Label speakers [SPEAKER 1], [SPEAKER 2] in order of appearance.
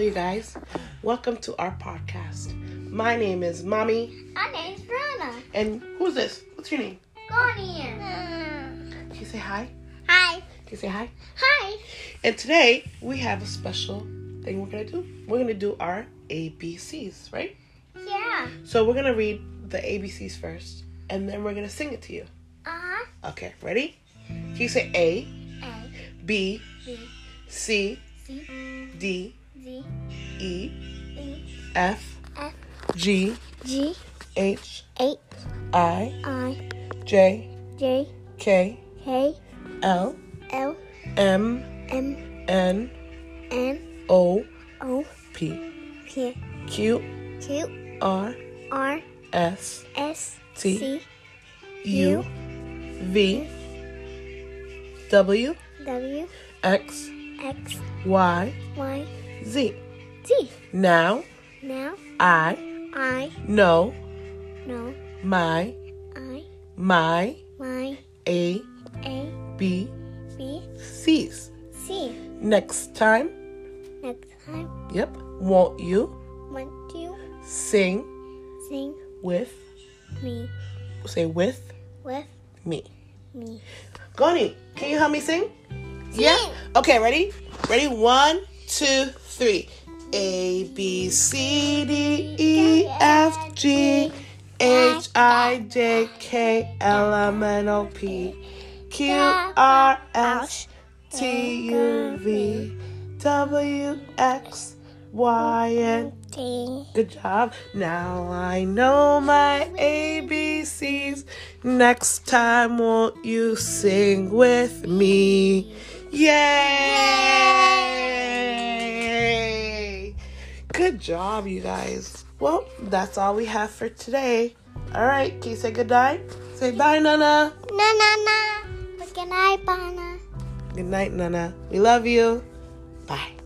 [SPEAKER 1] you guys. Welcome to our podcast. My name is Mommy.
[SPEAKER 2] My name's Rana.
[SPEAKER 1] And who's this? What's your name?
[SPEAKER 2] Gonian.
[SPEAKER 1] Can you say hi?
[SPEAKER 2] Hi.
[SPEAKER 1] Can you say hi?
[SPEAKER 2] Hi.
[SPEAKER 1] And today we have a special thing we're going to do. We're going to do our ABCs, right?
[SPEAKER 2] Yeah.
[SPEAKER 1] So we're going to read the ABCs first and then we're going to sing it to you.
[SPEAKER 2] Uh huh.
[SPEAKER 1] Okay, ready? Can you say A,
[SPEAKER 2] A,
[SPEAKER 1] B,
[SPEAKER 2] B,
[SPEAKER 1] C,
[SPEAKER 2] C,
[SPEAKER 1] D,
[SPEAKER 2] D,
[SPEAKER 1] E,
[SPEAKER 2] E,
[SPEAKER 1] F,
[SPEAKER 2] F,
[SPEAKER 1] G,
[SPEAKER 2] G,
[SPEAKER 1] H,
[SPEAKER 2] H,
[SPEAKER 1] I,
[SPEAKER 2] I,
[SPEAKER 1] J,
[SPEAKER 2] J,
[SPEAKER 1] K,
[SPEAKER 2] K,
[SPEAKER 1] L,
[SPEAKER 2] L,
[SPEAKER 1] M,
[SPEAKER 2] M,
[SPEAKER 1] N,
[SPEAKER 2] N,
[SPEAKER 1] O,
[SPEAKER 2] O,
[SPEAKER 1] P,
[SPEAKER 2] P,
[SPEAKER 1] Q,
[SPEAKER 2] Q,
[SPEAKER 1] R,
[SPEAKER 2] R,
[SPEAKER 1] S,
[SPEAKER 2] S,
[SPEAKER 1] T,
[SPEAKER 2] C,
[SPEAKER 1] U, V, W,
[SPEAKER 2] W,
[SPEAKER 1] X,
[SPEAKER 2] X,
[SPEAKER 1] Y,
[SPEAKER 2] Y,
[SPEAKER 1] Z.
[SPEAKER 2] Z.
[SPEAKER 1] Now
[SPEAKER 2] Now
[SPEAKER 1] I
[SPEAKER 2] I
[SPEAKER 1] know
[SPEAKER 2] know
[SPEAKER 1] my,
[SPEAKER 2] I,
[SPEAKER 1] my
[SPEAKER 2] my,
[SPEAKER 1] A,
[SPEAKER 2] A,
[SPEAKER 1] B,
[SPEAKER 2] B,
[SPEAKER 1] C's.
[SPEAKER 2] C.
[SPEAKER 1] Next time,
[SPEAKER 2] Next time,
[SPEAKER 1] yep, won't you
[SPEAKER 2] want you
[SPEAKER 1] sing
[SPEAKER 2] sing
[SPEAKER 1] with,
[SPEAKER 2] me
[SPEAKER 1] say with
[SPEAKER 2] with
[SPEAKER 1] me?
[SPEAKER 2] me.
[SPEAKER 1] Goni, can you help me sing? Yeah.
[SPEAKER 2] Sing.
[SPEAKER 1] Okay, ready? Ready? One, two, three. A B C D E F G H I J K L M N O P Q R S T U V W X Y and
[SPEAKER 2] D.
[SPEAKER 1] Good job. Now I know my ABCs. Next time, won't you sing with me? Yay! Good job, you guys. Well, that's all we have for today. All right, can you say goodnight? Say bye, Nana.
[SPEAKER 2] Na na na. Good night, Bana.
[SPEAKER 1] Good night, Nana. We love you. Bye.